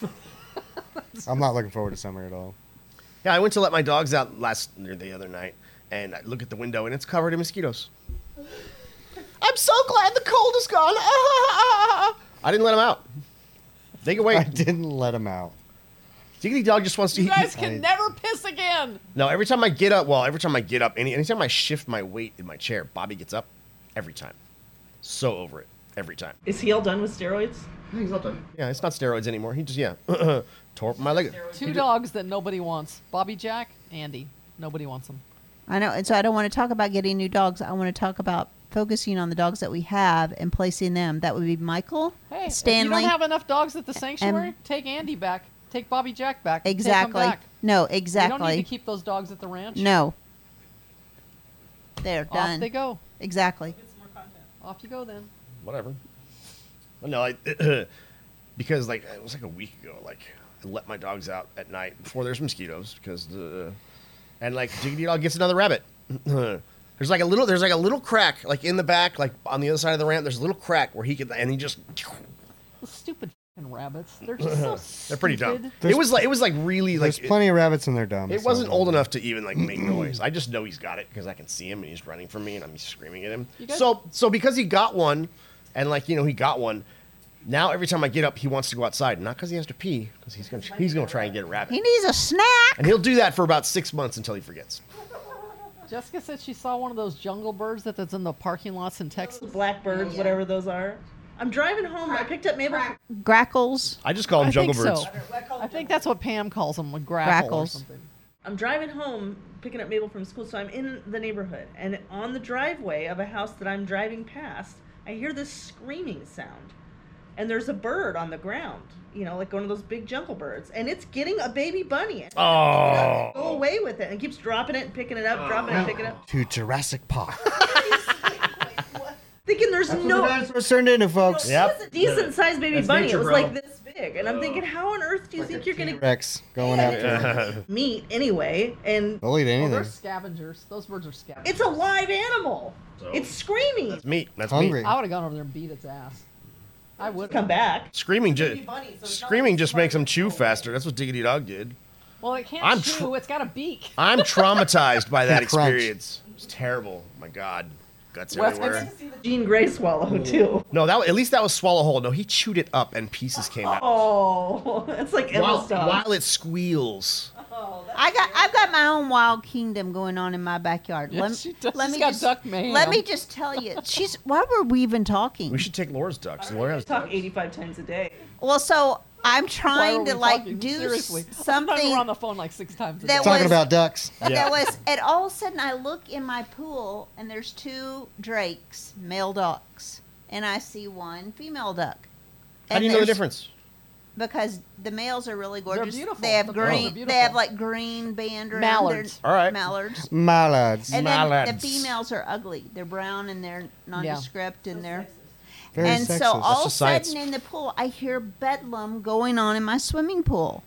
I'm not looking forward to summer at all. Yeah, I went to let my dogs out last or the other night, and I look at the window, and it's covered in mosquitoes. I'm so glad the cold is gone. I didn't let them out. They can I wait. didn't let him out. Diggity dog just wants to. You eat- guys can never piss again. No, every time I get up, well, every time I get up, any anytime I shift my weight in my chair, Bobby gets up. Every time, so over it. Every time. Is he all done with steroids? He's not done. Yeah, it's not steroids anymore. He just yeah, tore up my leg. Two dogs that nobody wants Bobby Jack, Andy. Nobody wants them. I know, and so I don't want to talk about getting new dogs. I want to talk about focusing on the dogs that we have and placing them. That would be Michael, Hey, If Stanley. you don't have enough dogs at the sanctuary, take Andy back. Take Bobby Jack back. take 'em exactly. back. No, You don't need exactly. to keep those dogs at the ranch. No. They're Off done. they go. Exactly. Off you go then. whatever. No, I, because like it was like a week ago. Like I let my dogs out at night before there's mosquitoes because the and like Jiggity Dog gets another rabbit. there's like a little there's like a little crack like in the back like on the other side of the ramp. There's a little crack where he could and he just Those stupid fing rabbits. They're just so they're pretty dumb. stupid. it was like it was like really like There's plenty of rabbits and they're dumb. It so- wasn't old enough to even like make noise. I just know he's got it because I can see him and he's running from me and I'm screaming at him. You guys- So so because he got one, and like you know he got one. Now every time I get up, he wants to go outside, not because he has to pee, because he's gonna he's gonna try and get a rabbit, He needs a snack. and he'll do that for about six months until he forgets. Jessica said she saw one of those jungle birds that- that's in the parking lots in Texas. Blackbirds, whatever those are. I'm driving home. and I picked up Mabel. Grackles. I just call him I jungle think birds. so. I think that's what Pam calls them, like grackle or Grackles. something. I'm driving home, picking up Mabel from school. So I'm in the neighborhood, and on the driveway of a house that I'm driving past, I hear this screaming sound, and there's a bird on the ground. You know, like one of those big jungle birds, and it's getting a baby bunny. Oh, Go away with it, and keeps dropping it and picking it up, dropping it and picking it up, to Jurassic Park. thinking there's no. Dinosaurs turned into folks. Yep. It was a decent sized baby That's bunny. nature, it was bro. Oh. like this big, and I'm thinking, how on earth do you think you're gonna Rex going after. get meat anyway? And They'll eat Oh, they're anything. scavengers. Those birds are scavengers. It's a live animal. It's screaming. that's meat. That's Hungry. meat. I would have gone over there and beat its ass. I would. Come back. Screaming, ju- screaming just makes him chew faster. That's what Diggity Dog did. Well, it can't I'm chew. tr- it's got a beak. I'm traumatized by that Crunch. experience. It's terrible. my God, guts Wes- everywhere. Jean Grey swallow too. No, that at least that was swallow whole. No, he chewed it up and pieces came out. Oh, it's like Emma's while, dog. while it squeals. I got I've got my own wild kingdom going on in my backyard. Yes, lem- she does. Let She's me got just, duck man. Let me just tell you. She's why were we even talking? We should take Laura's ducks. Laura has Talk 85 times a day. well, so Why I'm were trying to we like talking? do Seriously. s- Sometimes something we're on the phone like six times a that day. was- Talking about ducks. Yeah. that was and all of a sudden I look in my pool and there's two drakes, male ducks, and I see one female duck. How do And you know the there's- difference? Because the males are really gorgeous. beautiful. They have The males are green. They beautiful. have like green band around Mallards. their All right. mallards. My lads. And then the Mallards. females are ugly. They're brown and they're nondescript and they're. Very and sexist. so all of a just science. sudden in the pool, I hear bedlam going on in my swimming pool.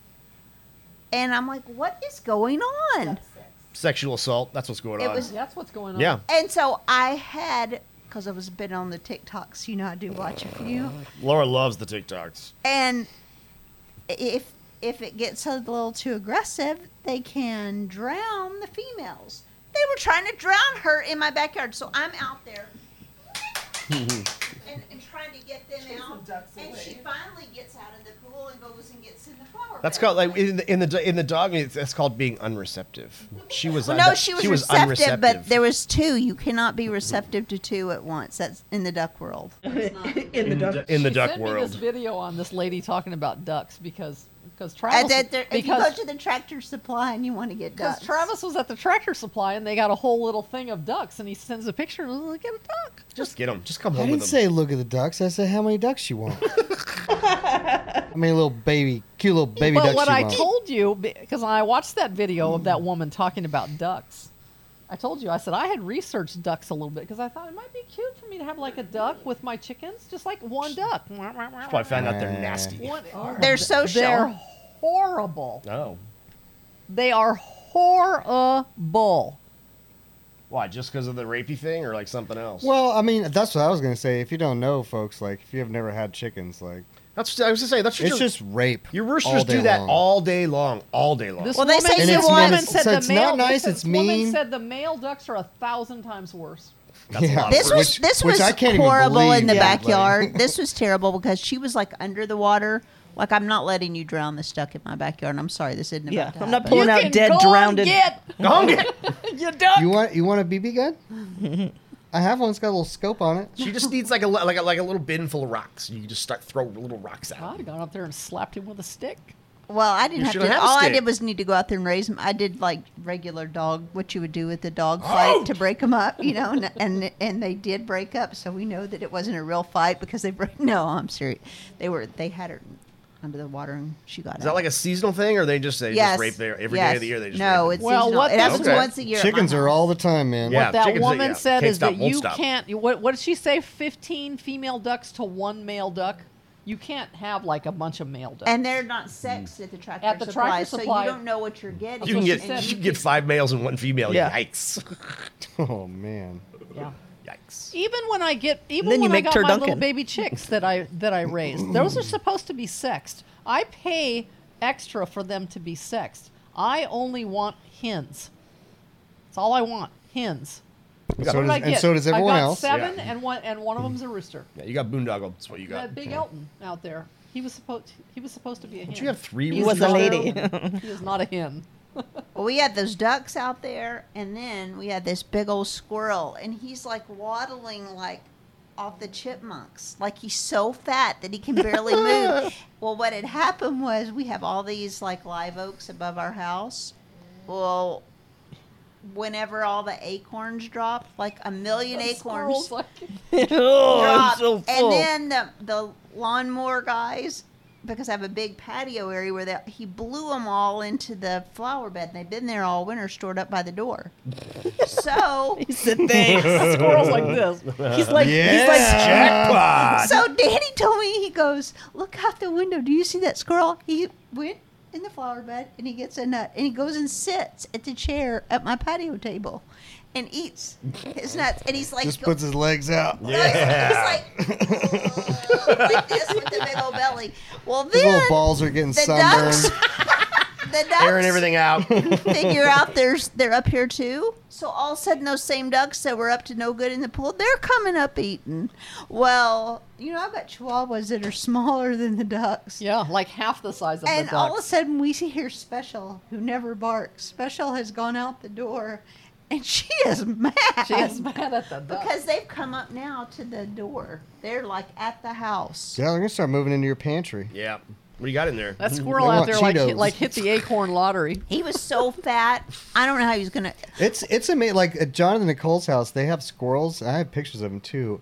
And I'm like, what is going on? Sexual assault. That's what's going It on. was- That's what's going on. yeah. And so I had, because I was been on the TikToks, you know, I do watch a few. Laura loves the TikToks. And if if it gets a little too aggressive, they can drown the females. They were trying to drown her in my backyard, so I'm out there and, and trying to get them out. and she finally gets out of the pool and goes and gets in the flower. That's bed. called like in the in the, in the dog. it's- That's called being unreceptive. She was Well, un- no, she was, receptive, unreceptive. but there was two. You cannot be receptive to two at once. That's in the duck world. In the duck. in the She duck sent me this world. video on this lady talking about ducks because because And Travis Uh, that there- if you because go to the tractor supply and you want to get Because ducks, Travis was at the tractor supply and they got a whole little thing of ducks, and he sends a picture and I was like, get a duck. Just get them. Just come I home with didn't them. say look at the ducks. I said how many ducks you want. I mean, little baby, cute little baby but ducks what you I want. told you, because I watched that video of that woman talking about ducks, I told you, I said I had researched ducks a little bit because I thought it might be cute for me to have like a duck with my chickens, just like one duck. Probably found out they're nasty. One- they're social. They're horrible. No. They are horrible. Why? Just because of the rapey thing, or like something else? well, I mean, that's what I was gonna say. If you don't know, folks, like if you have never had chickens, like That's I was just saying that's just It's your, just rape. your all roosters day do that long. all day long, all day long. This Well, they woman, say And you it's want- woman mean- said so the it's male, not nice, this it's Woman mean. said the male ducks are a thousand times worse. That's a lot of This work. was Which- this which was I can't even horrible in believe, the yeah. backyard. this was terrible because she was like under the water. Like I'm not letting you drown this duck in my backyard. and I'm sorry, this isn't about Yeah, to I'm not happen. pulling You out can dead, go and drowned. Get Go on, get it. your duck. You want you want a BB gun? I have one. It's got a little scope on it. She just needs like a li- like a, like a little bin full of rocks. You just start throw little rocks at. I'd Her. have gone up there and slapped him with a stick. Well, I didn't You have to. shouldn't have a all I stick. did was need to go out there and raise them. I did like regular dog, what you would do with a Oh! dog fight to break them up, you know, and, and and they did break up. So we know that it wasn't a real fight because they break. No, I'm serious. They were they had her under the water and she got Is that like a seasonal thing, or they just they yes, just rape there every day yes. of the year? They just no, rape it's them? Well, seasonal. what it this happens is- once a year. Uh-huh. at my Chickens are house. all the time, man. Yeah. that chickens, woman yeah, said can't is stop, that won't you stop. can't. What, what did she say? Fifteen female ducks to one male duck. You can't have like a bunch of male ducks. and they're not sexed at the tractor At the supply, Tractor Supply. so you don't know what you're getting. you can what get she said. And you can get five males and one female. Yeah. Yikes, Oh man. yeah. yikes. Even when I get, even then you when make I got my little turducken. baby chicks that I that I raised, those are supposed to be sexed. I pay extra for them to be sexed. I only want hens. That's all I want. Hens. And so What did does, I get? and so does everyone I got else. Seven, Yeah. and one, and one of them's a rooster. Yeah, you got boondoggle. That's what you got. That big Elton out there. He was supposed. He was supposed to be a hen. you have three He He was a lady. he is not a hen. Well, we had those ducks out there, and then we had this big old squirrel, and he's like waddling like off the chipmunks, like he's so fat that he can barely move. Well, what had happened was we have all these like live oaks above our house. Well, whenever all the acorns drop, like a million acorns Squirrels, like, oh, I'm dropped, so full. and then the the lawnmower guys. Because I have a big patio area where they, he blew them all into the flower bed, and they've been there all winter, stored up by the door. so, he said thanks. squirrels like this. he's like he's Yeah. like Jackpot. so Danny told me he goes, "Look out the window. Do you see that squirrel? He went in the flower bed and he gets a nut, and he goes and sits at the chair at my patio table, and eats his nuts. And he's like, Just puts his legs out. No, he's- he's like, like this with the big old belly. Well, His then little balls are getting the ducks, sunburned. the ducks airing everything out. figure out there's they're up here too. So all of a sudden, those same ducks that were up to no good in the pool, they're coming up eating. Well, you know, I've got chihuahuas that are smaller than the ducks. Yeah, like half the size of And the all of a ducks. sudden, we see here Special, who never barks. Special has gone out the door, and she is mad. She is mad at the ducks. Because they've come up now to the door. They're like at the house. Yeah, they're gonna start moving into your pantry. Yeah. What do you got in there? that squirrel They out want there like hit, Cheetos. like hit the acorn lottery. He was so fat. I don't know how he was going to. It's it's amazing. Like at John and Nicole's house, they have squirrels. and I have pictures of them too.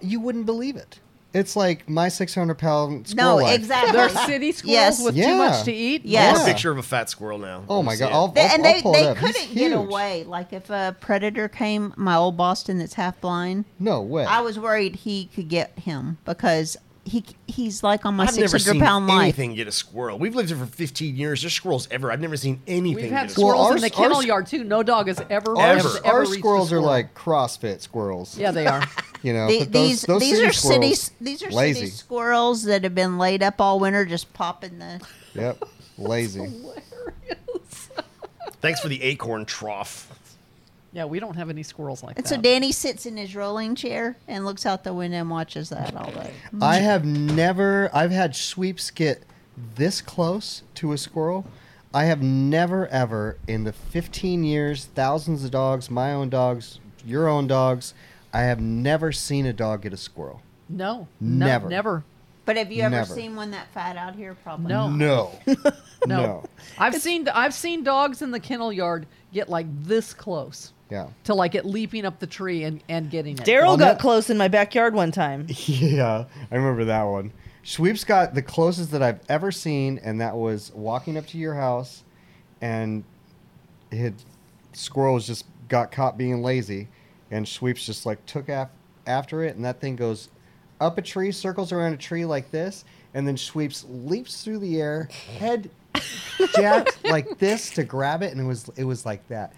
You wouldn't believe it. It's like my 600 pound squirrel. No, life. exactly. They're city squirrels Yes. with too Yeah. much to eat. Yes. I want a Yeah. picture of a fat squirrel now. Oh Let me my see god! it. I'll, They- I'll, and I'll they, pull it they up. He's couldn't get huge. away. Like if a predator came, my old Boston that's half blind, No way. I was worried he could get him because he he's like on my I've never 600 seen pound life. anything get a squirrel. We've lived here for 15 years. There's squirrels ever. I've never seen anything. We've get had a squirrel. squirrels Well, in the ours- kennel ours- yard too. No dog has ever Our- Ever. has ever Our reached a squirrels are squirrel. like CrossFit squirrels. yeah, they are. You know, The- but those, these those these city are squirrels, city these are lazy. city squirrels that have been laid up all winter, just popping the. Yep, lazy. Hilarious. Thanks for the acorn trough. Yeah, we don't have any squirrels like And that. so Danny sits in his rolling chair and looks out the window and watches that all day. I have never. I've had sweeps get this close to a squirrel. I have never ever in the 15 years, thousands of dogs, my own dogs, your own dogs, I have never seen a dog get a squirrel. no, no, Never. never. But have you ever Never. seen one that fat out here? Probably. No. No. No. I've seen I've seen dogs in the kennel yard get like this close Yeah. to like it leaping up the tree and, and getting it. Daryl Well, got that- close in my backyard one time. Yeah, I remember that one. Sweeps got the closest that I've ever seen, and that was walking up to your house, and his squirrels just got caught being lazy, and Sweeps just like took af- after it, and that thing goes up a tree, circles around a tree like this, and then Sweeps leaps through the air, head jacked like this to grab it, and it was it was like that.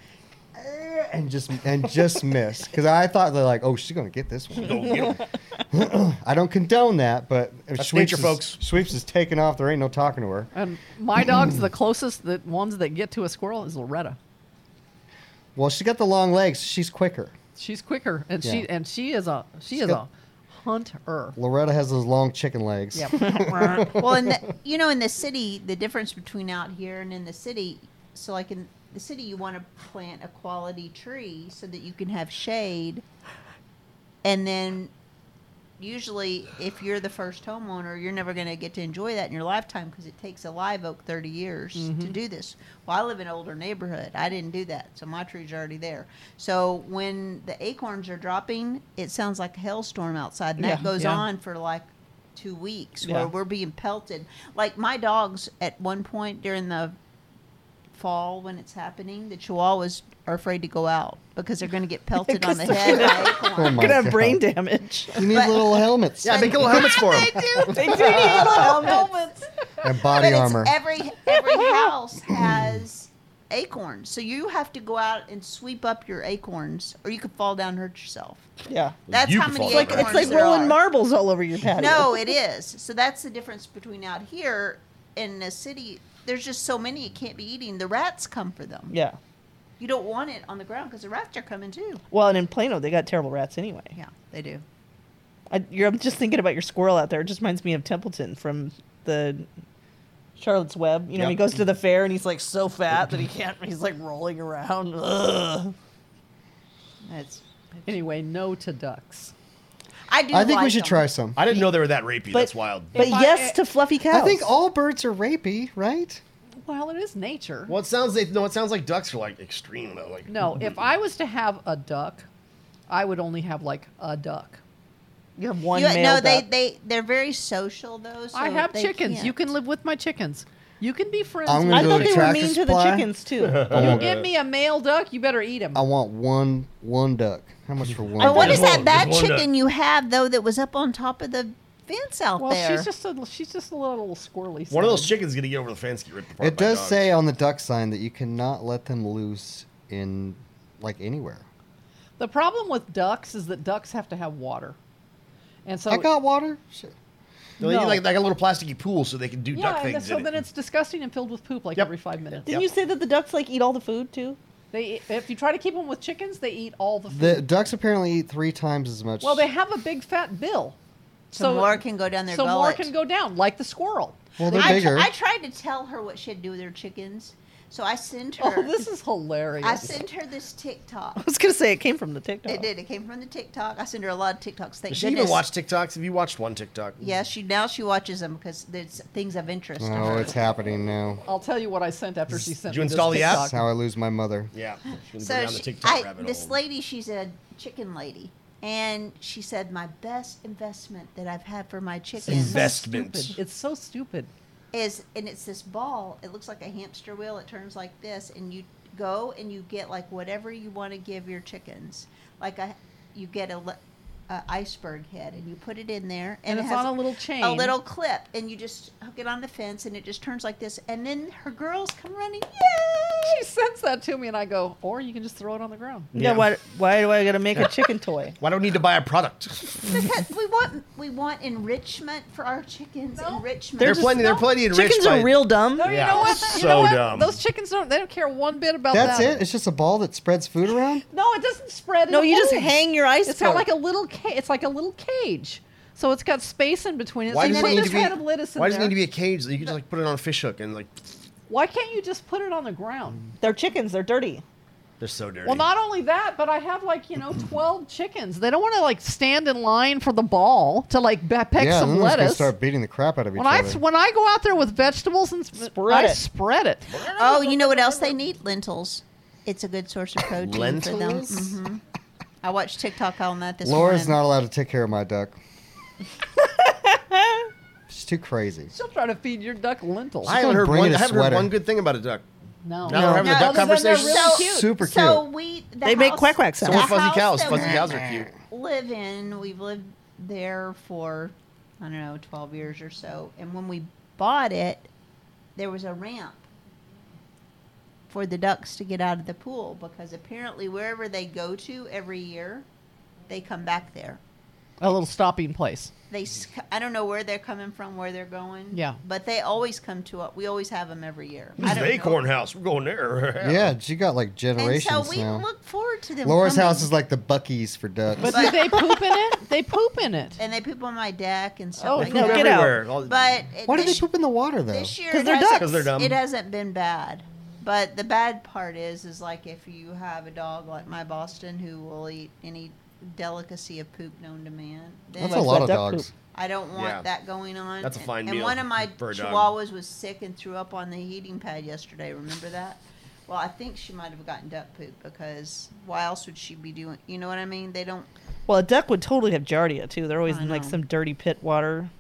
Eh, and just and just miss because I thought they're like, oh, she's gonna get this Go one. get 'em. I don't condone that, but if That's sweeps nature, is, folks. Sweeps is taking off. There ain't no talking to her. And my dog's the closest that ones that get to a squirrel is Loretta. Well, she's got the long legs. She's quicker. She's quicker, and Yeah. she and she is a she is got- a hunter. Loretta has those long chicken legs. Yep. well, in the, you know, in the city, the difference between out here and in the city, so like in the city, you want to plant a quality tree so that you can have shade, and then usually, if you're the first homeowner, you're never going to get to enjoy that in your lifetime because it takes a live oak 30 years Mm-hmm. to do this. Well, I live in an older neighborhood. I didn't do that, so my trees are already there. So when the acorns are dropping, it sounds like a hailstorm outside, and that Yeah, goes yeah. on for like two weeks Yeah. where we're being pelted. Like my dogs at one point during the fall when it's happening, the chihuahuas are afraid to go out because they're going to get pelted on the Because head. they're- by acorns. Oh my You're gonna have God. brain damage. You need little helmets. Yeah, make little helmets for them. they do need little helmets. and body but armor. It's every every house has acorns, so you have to go out and sweep up your acorns, or you could fall down and hurt yourself. Yeah. That's You how could many fall down Like acorns it's like there rolling are. marbles all over your patio. No, it is. So that's the difference between out here and the city. There's just so many you can't be eating. The rats come for them. Yeah. You don't want it on the ground because the rats are coming too. Well, and in Plano, they got terrible rats anyway. Yeah, they do. I, you're, I'm just thinking about your squirrel out there. It just reminds me of Templeton from the Charlotte's Web. You know, when he Yep. goes to the fair and he's like so fat that he can't. He's like rolling around. Ugh. That's. Anyway, no to ducks. I do. I think we like should them. try some. I didn't know they were that rapey. That's wild. But If I- yes to fluffy cows. I think all birds are rapey, right? Well, it is nature. Well, it sounds like no. It sounds like ducks are like extreme though. Like No, if I was to have a duck, I would only have like a duck. you have one You- male. no, they duck. they they're very social though. So I have they chickens. You can't. can live with my chickens. You can be friends. I'm I with gonna go thought to they were Tractor mean to the Supply. chickens too. I want, Give me a male duck, you better eat him. I want one one duck. How much for one? But Oh, what There's is duck? that one- bad there's one duck. chicken you have though that was up on top of the fence out well, there? she's just a she's just a little squirrely. one of those thing. chickens is gonna get over the fence, get ripped apart. It by does dogs. say on the duck sign that you cannot let them loose in like anywhere. The problem with ducks is that ducks have to have water, and so I got water. Shit. They need, No. like, like a little plasticky pool so they can do duck yeah, and things. so in then it. it's disgusting and filled with poop like Yep. every five minutes. Didn't you say that the ducks like eat all the food too? They e, if you try to keep them with chickens, they eat all the food. The ducks apparently eat three times as much. well, they have a big fat bill, so, more can go down their so gullet. more can go down like the squirrel. Well, they're I, tr- bigger. I tried to tell her what she had to do with her chickens, so I sent her. Oh, this is hilarious. I sent her this TikTok. I was gonna say it came from the TikTok. It did. It came from the TikTok. I sent her a lot of TikToks. Thank Does she goodness. even watch TikToks? Have you watched one TikTok? Yeah, she now she watches them because there's things of interest. to oh, her. it's happening now. I'll tell you what I sent after she sent Did you me this install the app? That's TikTok. how I lose my mother. Yeah. She's gonna go so down the she- TikTok I- rabbit this hole. lady, she's a chicken lady, and she said my best investment that I've had for my chickens investment. Stupid. It's so stupid. is and it's this ball. It looks like a hamster wheel. It turns like this, and you go and you get like whatever you want to give your chickens. Like a, you get a, le- a iceberg head, and you put it in there, And, and, it it's has on a little chain. a little clip, and you just hook it on the fence, and it just turns like this. And then her girls come running, yay! She sends that to me, and I go, or you can just throw it on the ground. Yeah. Yeah. Why? Why do I gotta make a chicken toy? Why do I need to buy a product? Because we want we want enrichment for our chickens. No. Enrichment. They're plenty. They're plenty enriched. Chickens are by- real dumb. No, Yeah, you know what? You so know what? dumb. Those chickens don't—they don't care one bit about That's that. it. It's just a ball that spreads food around. No, it doesn't spread. No, it you just folds. hang your ice. It's got like a little cage. It's like a little cage. So it's got space in between it. Why so does you it put need this to be? random lettuce in Why does it there. need to be a cage? You can just like put it on a fish hook and like Why can't you just put it on the ground? They're chickens. They're dirty. they're so dirty. Well, not only that, but I have like you know twelve chickens. They don't want to like stand in line for the ball to like be- peck yeah, some then they're gonna lettuce. start beating the crap out of each When I other. when I go out there with vegetables and sp- Spread I it. spread it. oh, you know what else they need? Lentils. It's a good source of protein for them. Lentils? hmm I watched TikTok on that this Laura's morning. not allowed to take care of my duck. She's too crazy. She'll try to feed your duck lentils. I haven't gonna heard bring one. in a I haven't heard sweater. one good thing about a duck. no, Now we're having No. the duck Other than they're conversation. really So- cute. Super cute. So we the They make house- quack quack the sounds. So are The fuzzy house cows. that Fuzzy we cows are cute. Live in. We've lived there for I don't know twelve years or so, and when we bought it, there was a ramp for the ducks to get out of the pool because apparently wherever they go to every year, they come back there. A little stopping place. They sc- I don't know where they're coming from, where they're going. Yeah. But they always come to us. We always have them every year. I This is don't the know. Acorn House. We're going there. Yeah, she got like And generations so we now. look forward to them. Laura's coming. house is like the Bucky's for ducks. But do they poop in it? They poop in it. and they poop on my deck and stuff. Oh, like no, that. get out. But it- Why do they this- poop in the water though? This year, 'Cause it they're hasn't- dumb. 'Cause they're dumb. It hasn't been bad, but the bad part is, is like if you have a dog like my Boston who will eat any delicacy of poop known to man, then That's a lot that of duck dogs. poop. I don't want Yeah. that going on. That's a And- fine And meal one of my for a dog. chihuahuas was sick and threw up on the heating pad yesterday. Remember that? Well, I think she might have gotten duck poop because why else would she be doing? You know what I mean? They don't. Well, a duck would totally have giardia too. They're always I in like know. some dirty pit water.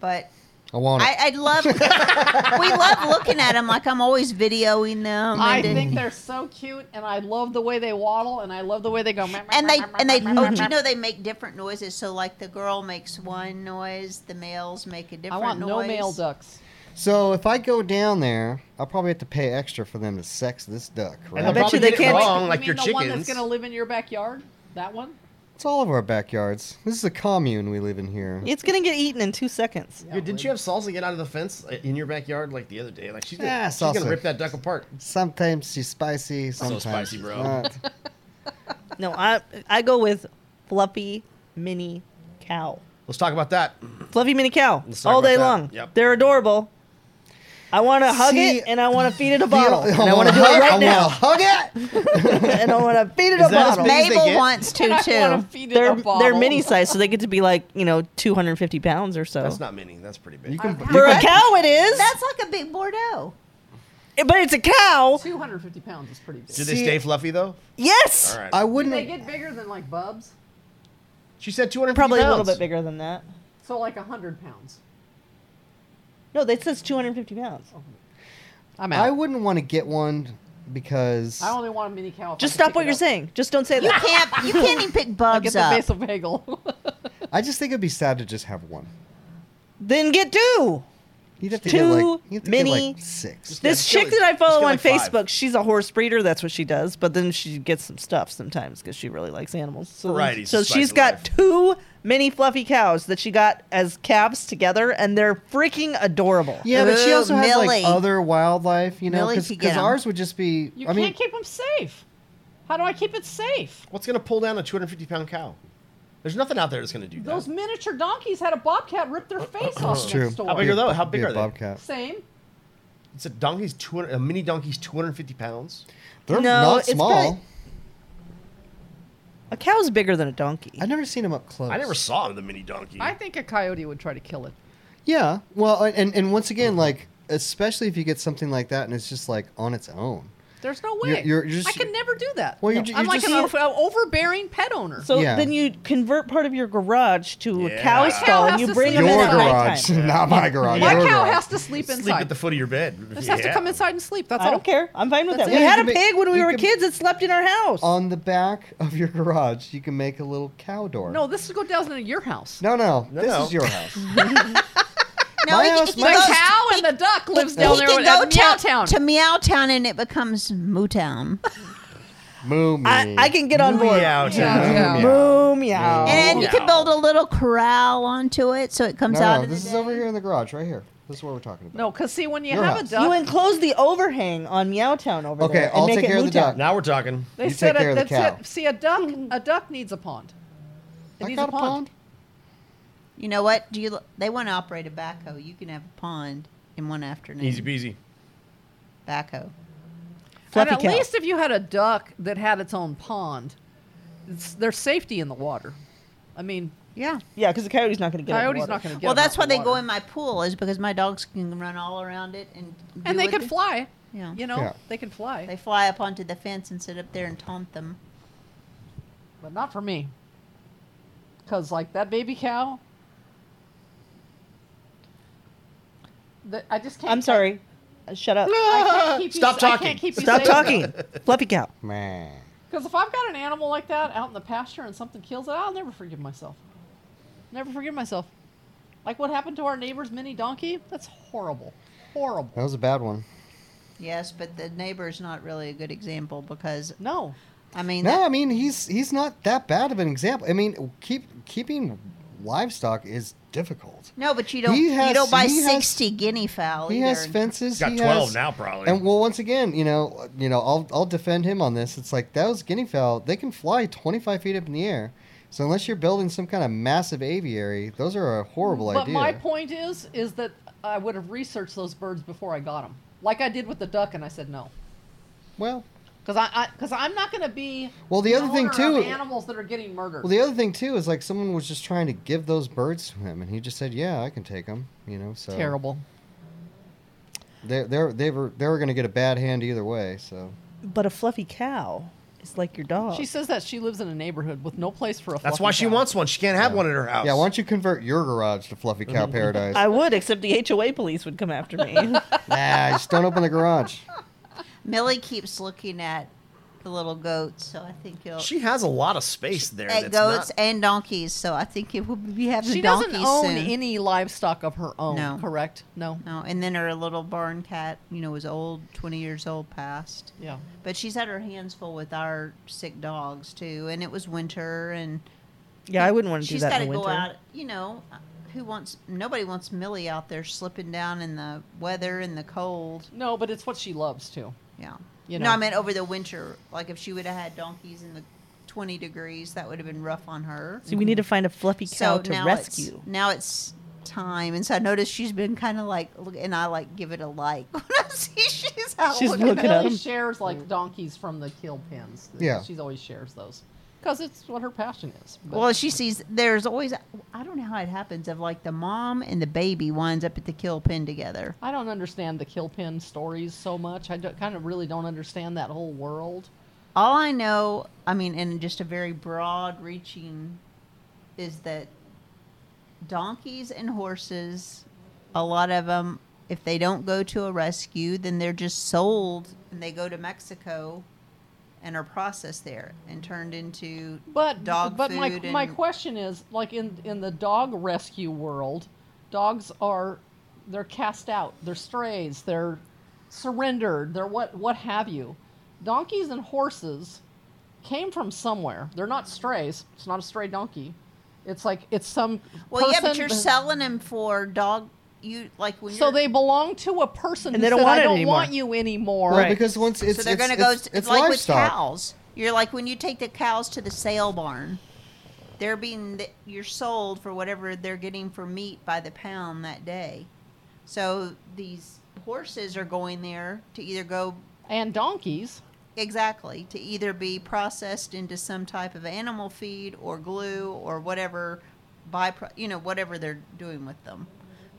But I want it. I, I'd love. we love looking at them. Like I'm always videoing them. I and- think they're so cute, and I love the way they waddle, and I love the way they go. and they and they oh do you know they make different noises so like the girl makes one noise the males make a I different want noise no male ducks. so if I go down there, I'll probably have to pay extra for them to sex this duck, And right? they'll bet probably you they get it can't- wrong, you like mean your the one that's chickens. going to live in your backyard? That one? It's all of our backyards. This is a commune we live in here. It's gonna get eaten in two seconds. Dude, didn't you have salsa get out of the fence uh, in your backyard like the other day? Like she's gonna, Yeah, she's gonna Salsa. rip that duck apart. Sometimes she's spicy. Sometimes spicy, she's bro. not. No, I I go with fluffy mini cow. Let's talk about that. Fluffy mini cow Let's talk all about day that. long. Yep. They're adorable. I want to hug See, it and I want to feed it a bottle. The- and I want to do hug- it right I now. wanna hug it. and I want to feed it Is a that as bottle. big as they mabel get? wants to I wanna too feed it They're a bottle. they're mini size, so they get to be like you know 250 pounds or so. That's not many. That's pretty big. Oh. You can, you Uh, For a can- cow, it is. that's like a big bordeaux but it's a cow. 250 pounds is pretty big. Did Do they See- stay fluffy though? Yes, All right. I they wouldn't. get bigger than like Bubs? she said 200 probably a little bit bigger than that. So like 100 pounds. No, that says 250 pounds. Oh, I'm out. I I wouldn't want to get one because only want a mini cow. if I Just can stop pick what it you're up. saying. Just don't say you that. can't you can't even pick I bugs get the up basil bagel. I just think it'd be sad to just have one. Then get two. You'd have to Too get like you'd have to get many- like six. Yeah, This just get chick like- that I just follow get on like five. Facebook, she's a horse breeder. That's what she does. But then she gets some stuff sometimes because she really likes animals. So, Variety's so the spice she's of got life. two mini fluffy cows that she got as calves together, and they're freaking adorable. Yeah, but she Ooh, also has Millie. like other wildlife, you know, Millie could get because 'em. ours would just be. You I can't mean, keep them safe. How do I keep it safe? What's gonna pull down a 250 pound cow? There's nothing out there that's gonna do that. Those miniature donkeys had a bobcat rip their face off it's next true. door. How big are those? How big Be a are they? Bobcat. Same. it's a donkey's 200. A mini donkey's 250 pounds. They're No, not it's small. probably- A cow's bigger than a donkey. I've never seen them up close. I never saw the mini donkey. I think a coyote would try to kill it. Yeah. Well, and and once Mm-hmm. again, like especially if you get something like that and it's just like on its own. There's no way. You're- you're just- I can never do that. Well, you're ju- I'm you're like just- an over- overbearing pet owner. So Yeah. then you convert part of your garage to a Yeah. cow My cow stall has and you to bring sleep them in Your at garage, nighttime. not my garage. my your cow garage. has to sleep sleep inside. at the foot of your bed. this has to come inside and sleep. That's I all. don't care. I'm fine with That's that. it. We Yeah, had you a can make- pig when we you were can- kids that slept in our house. On the back of your garage, you can make a little cow door. No, this is go down to your house. no, no. No, this no. is your house. no My he, house- he my the goes, house- cow and the duck lives down he there can at go Meow to, Town. to meow town and it becomes moo town Oh, Moo I, me. I can get on board. Meow Yeah, town. yeah. Boom, meow. and you Meow. can build a little corral onto it so it comes No, out no, of this the is day. over here in the garage, right here. This is what we're talking about. No, because see, when you Your have a house. You duck, enclose the overhang on Meowtown over Okay, there. and I'll make take it care of the Mootown. duck. Now we're talking. they you said take care it, of the that's it. cow. See, a duck, a duck needs a pond. It I needs got a pond. You know what? Do you? They want to operate a backhoe. You can have a pond in one afternoon. Easy peasy. backhoe. Fluffy and at cow. least if you had a duck that had its own pond, it's, there's safety in the water. I mean, Yeah. Yeah, because the coyote's not going to get out of coyote's the water. not going to get. well, them out that's the why they go water. in my pool is because my dogs can run all around it and. do And they what could fly. Yeah. You know, Yeah. they can fly, They fly up onto the fence and sit up there and taunt them. but not for me. Cause like that baby cow. The, I just can't. I'm sorry. Uh, Shut up. I can't keep you Stop s- I talking. can't keep you Stop safe. talking. Fluffy cow. Man. Because if I've got an animal like that out in the pasture and something kills it, I'll never forgive myself. Never forgive myself. Like what happened to our neighbor's mini donkey? That's horrible. Horrible. That was a bad one. Yes, but the neighbor's not really a good example because No. I mean No, that- I mean he's he's not that bad of an example. I mean, keep keeping livestock is difficult. no, but you don't He you has- don't buy he has- sixty guinea fowl. He either. has and- fences. got he 12 has- now, probably. And well, once again, you know, you know, I'll I'll defend him on this. It's like those guinea fowl, they can fly 25 feet up in the air. So unless you're building some kind of massive aviary, those are a horrible but idea. my point is, is that I would have researched those birds before I got them, like I did with the duck, and I said no, well, because I, because I'm not going to be. Well, the other thing, owner of too- animals that are getting murdered. well, the other thing too is like someone was just trying to give those birds to him, and he just said, "Yeah, I can take them." You know, so Terrible. They they they were they were going to get a bad hand either way. So But a fluffy cow is like your Uh, dog. She says that she lives in a neighborhood with no place for a. That's fluffy why she cow. wants one. She can't have one at her house. yeah, why don't you convert your garage to Fluffy Cow Paradise? I would, except the HOA police would come after me. nah, just don't open the garage. Millie keeps looking at the little goats, so I think you'll She has a lot of space there. at That's goats not- and donkeys, so I think it will be having She donkeys doesn't own soon. any livestock of her own. No. Correct. No. no, and then her little barn cat, you know, was old, twenty years old, passed. Yeah. But she's had her hands full with our sick dogs too, and it was winter, and yeah, I wouldn't want to do she's that got to in the go winter. out. You know, who wants? Nobody wants Millie out there slipping down in the weather and the cold. No, but it's what she loves too. Yeah, You no, I know. meant over the winter. Like if she would have had donkeys in the twenty degrees, that would have been rough on her. See, we need to find a fluffy cow so to now rescue. It's, now it's time, and so I noticed she's been kind of like, look, and I like give it a like when I see she's out. She's looking look looking at up. Millie them. shares like donkeys from the kill pens. Yeah. She's always shares those because it's what her passion is. But- Well, she sees there's always I don't know how it happens of like the mom and the baby winds up at the kill pen together. I don't understand the kill pin stories so much. I kind of really don't understand that whole world. All I know, I mean, in just a very broad reaching, is that donkeys and horses, a lot of them, if they don't go to a rescue, then they're just sold and they go to Mexico and are processed there and turned into But dog but food. my and, my question is like in in the dog rescue world, dogs are they're cast out, they're strays, they're surrendered, they're what what have you. Donkeys and horses came from somewhere. They're not strays. It's not a stray donkey. It's like it's some well, yeah, but person- you're selling them for dog. You like when So you're, they belong to a person who And they don't said, want I it don't anymore." want you anymore. Well, Right. because once it's so they're it's- going to go. it's, It's, it's like with livestock. cows. You're like when you take the cows to the sale barn, they're being th- you're sold for whatever they're getting for meat by the pound that day. So these horses are going there to either go And donkeys. exactly to either be processed into some type of animal feed or glue or whatever by you know whatever they're doing with them.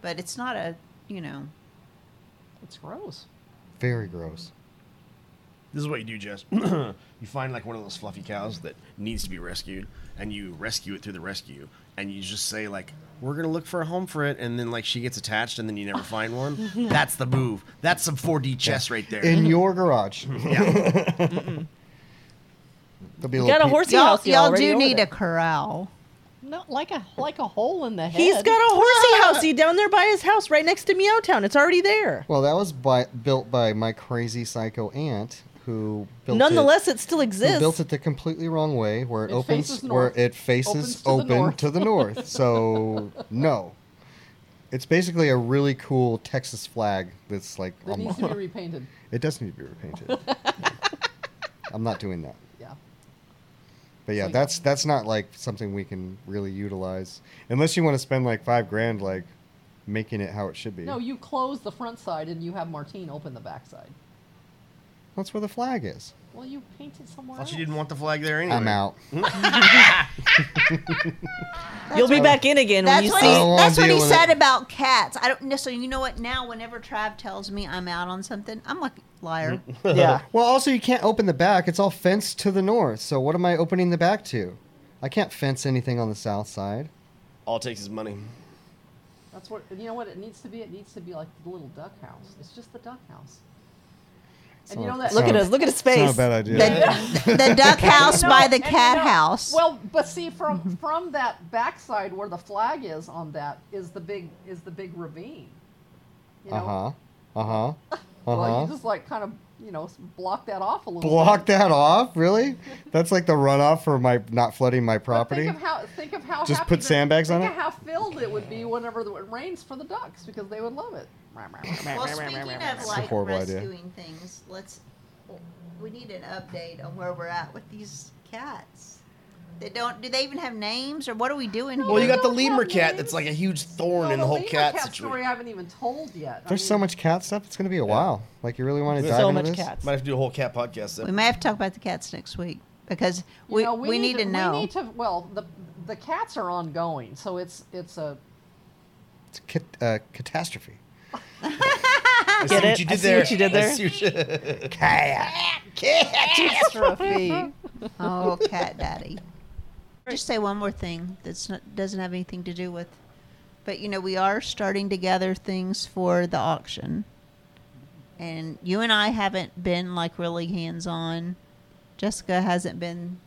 But it's not a you know It's gross. Very gross. This is what you do, Jess. you find like one of those fluffy cows that needs to be rescued, and you rescue it through the rescue, and you just say like, "We're gonna look for a home for it," and then like she gets attached, and then you never find one. That's the move. That's some 4D chess right there. In your garage. yeah. There'll be a You little got a pe- horsey y'all, house. y'all do need a corral. Not like a like a hole in the head. He's got a horsey housey down there by his house, right next to Meowtown. It's already there. Well, that was by, built by my crazy psycho aunt who built it. Nonetheless, it, still who exists. built it the completely wrong way, where it, It opens, faces where north. it faces Opens to the open north. to the north. So no, it's basically a really cool Texas flag that's like that Oh, on- needs to be repainted. it does need to be repainted. I'm not doing that, Yeah. but yeah, So- that's that's not like something we can really utilize unless you want to spend like five grand like making it how it should be. No, you close the front side and you have Martine open the back side. that's where the flag is. Well, you painted somewhere Thought else. you didn't want the flag there anyway. I'm out. You'll be back in again when That's you what see. he, I don't wanna that's what deal he with said it. about cats. I don't know. So you know what? Now, whenever Trav tells me I'm out on something, I'm like liar. Yeah. Well, also you can't open the back. It's all fenced to the north. So what am I opening the back to? I can't fence anything on the south side. All it takes is money. That's what you know. What it needs to be. It needs to be like the little duck house. It's just the duck house. And you not- know that. it's Look not at a- us. Look at his It's face. not a bad idea. The, the duck house No, by the and you cat know- house. Well, but see, from from that backside where the flag is Uh-huh, on that is the big is the big ravine. You know, uh huh. Uh huh. Well, Uh-huh. you just like kind of you know block that off a little. Block bit. that off, really? That's like the runoff for my not flooding my But property. Think of how. Think of how. Just happy put the- sandbags on think it? Of how filled it would be whenever the, it rains for the ducks because they would love it. Well, speaking of like horrible idea. rescuing things, let's. We need an update on where we're at with these cats. They don't. Do they even have names, or what are we doing No, here? Well, you got the don't lemur have cat names. that's like a huge thorn No, in the whole lemur cat story situation. I haven't even told yet. I There's so mean, much cat stuff. It's gonna be a while. Like you really want to dive so into much this? cats. Might have to do a whole cat podcast. we Then. may have to talk about the cats next week because you we know, we, need, to know. We need to. Well, the the cats are ongoing, so it's it's a. It's a cat- uh, catastrophe. I see Get what it? you I did see there. what you did I there. see what you- catastrophe. oh, cat daddy. Just say one more thing that's not, doesn't have anything to do with. But you know, we are starting to gather things for the auction, and you and I haven't been like really hands on. Jessica hasn't been.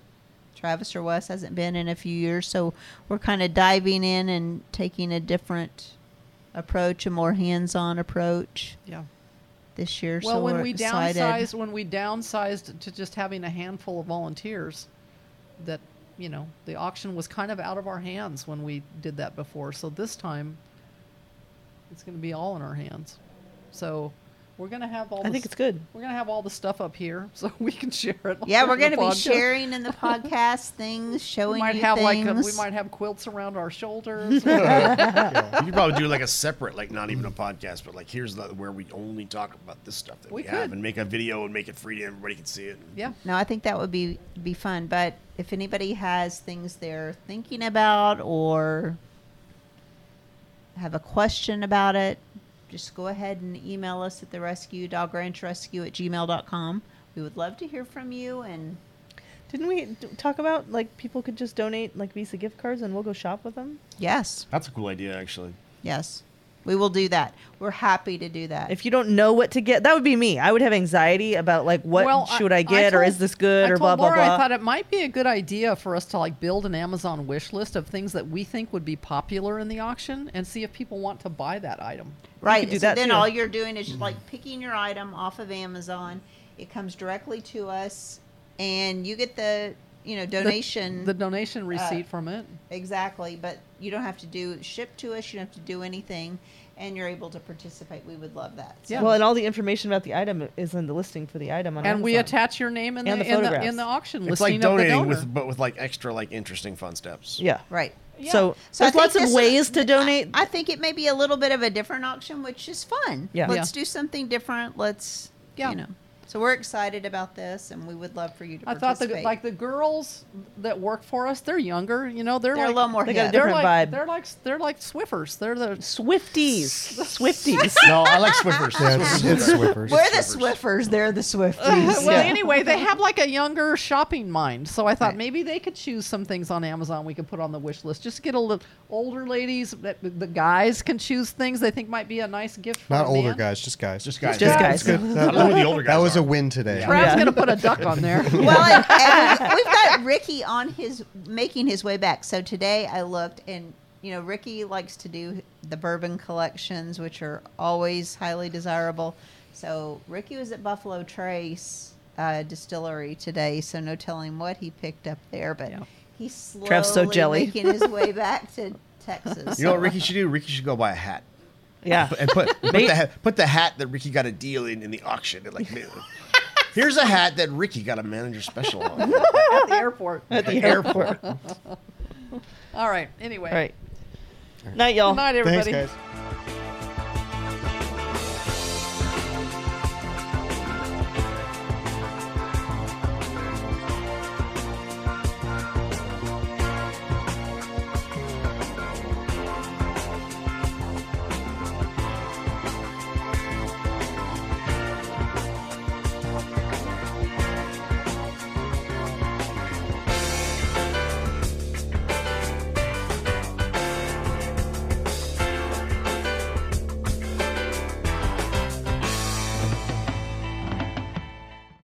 Travis or Wes hasn't been in a few years, so we're kind of diving in and taking a different approach, a more hands-on approach Yeah. this year. Well, so when we're we excited. downsized, when we downsized to just having a handful of volunteers, that you know the auction was kind of out of our hands when we did that before. So this time, it's going to be all in our hands. So we're going to have all. I think this- it's good. We're going to have all the stuff up here so we can share it. Yeah, on we're the going to be podcast. sharing in the podcast things, showing We might you have things. like a, we might have quilts around our shoulders. or- you could probably do like a separate, like not even a podcast, but like here's the, where we only talk about this stuff that we, We have, could. and make a video and make it free to everybody can see it. yeah. No, I think that would be be fun. But if anybody has things they're thinking about or have a question about it, just go ahead and email us at the rescue dog ranch rescue at gmail.com. We would love to hear from you and Didn't we d- talk about like people could just donate like Visa gift cards and we'll go shop with them? yes, That's a cool idea, actually. yes. We will do that. We're happy to do that. If you don't know what to get, that would be me. I would have anxiety about like what Well, should I, get or told- is this good I told or blah blah Laura blah. I thought it might be a good idea for us to like build an Amazon wish list of things that we think would be popular in the auction and see if people want to buy that item. Right. could do so that then too. all you're doing is like picking your item off of Amazon. It comes directly to us, and you get the you know donation The donation Uh, receipt from it. exactly. But you don't have to do ship to us. You don't have to do anything, and you're able to participate. We would love that. So Yeah. Well, and all the information about the item is in the listing for the item on And we Amazon. attach your name in the, And the in, the photographs. in the auction It's listing like donating of the donor. with, but with like extra, like interesting, fun steps. Yeah. right. Yeah. So, So I there's think lots of this- ways to donate. I think it may be a little bit of a different auction, which is fun. Yeah. Let's do something different. Let's Yeah. you know. So we're excited about this, and we would love for you to I thought participate. the, like the girls that work for us, they're younger. You know, they're, They're a like, little more They got a hip. they're different like- vibe. They're like they're like Swiffers. They're the Swifties. Swifties. No, I like Swiffers. Yeah, it's, it's Swiffers. we're the Swiffers. They're the Swifties. well, anyway, they have like a younger shopping mind. So I thought maybe they could choose some things on Amazon we could put on the wish list. Just get a little older ladies, that the guys can choose things they think might be a nice gift for Not a older man. guys, just guys. Just guys. Just guys. It's good. I That, don't know who the older guys that was are. a win today. Yeah. Brad's Yeah. gonna put a duck on there. Well, and, and we, have got Ricky on his making his way back. So today I looked, and you know Ricky likes to do the bourbon collections, which are always highly desirable. So Ricky was at Buffalo Trace uh, Distillery today, so no telling what he picked up there, but Yeah. he's slowly Trav's so jelly. making his way back to Texas. You know what So- Ricky should do? Ricky should go buy a hat. yeah. and put put the, hat, put the hat that Ricky got a deal in in the auction. And like, man, here's a hat that Ricky got a manager special on at the airport. at the airport. All right. Anyway. All right. Night, y'all. Good night, everybody. Thanks, guys.